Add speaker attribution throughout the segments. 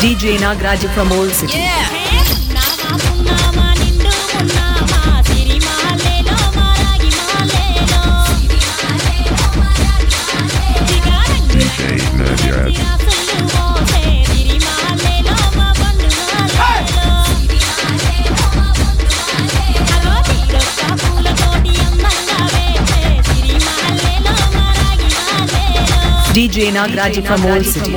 Speaker 1: DJ Nagraj from Old City. DJ Nagraj from Old City.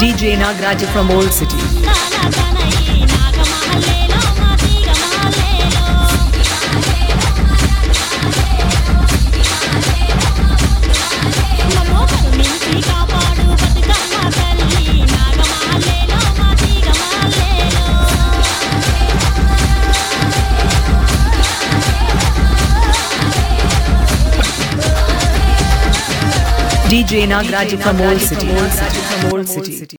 Speaker 1: DJ Nagraj from Old City. DJ Nagraj from Old City. From Old City. From Old City.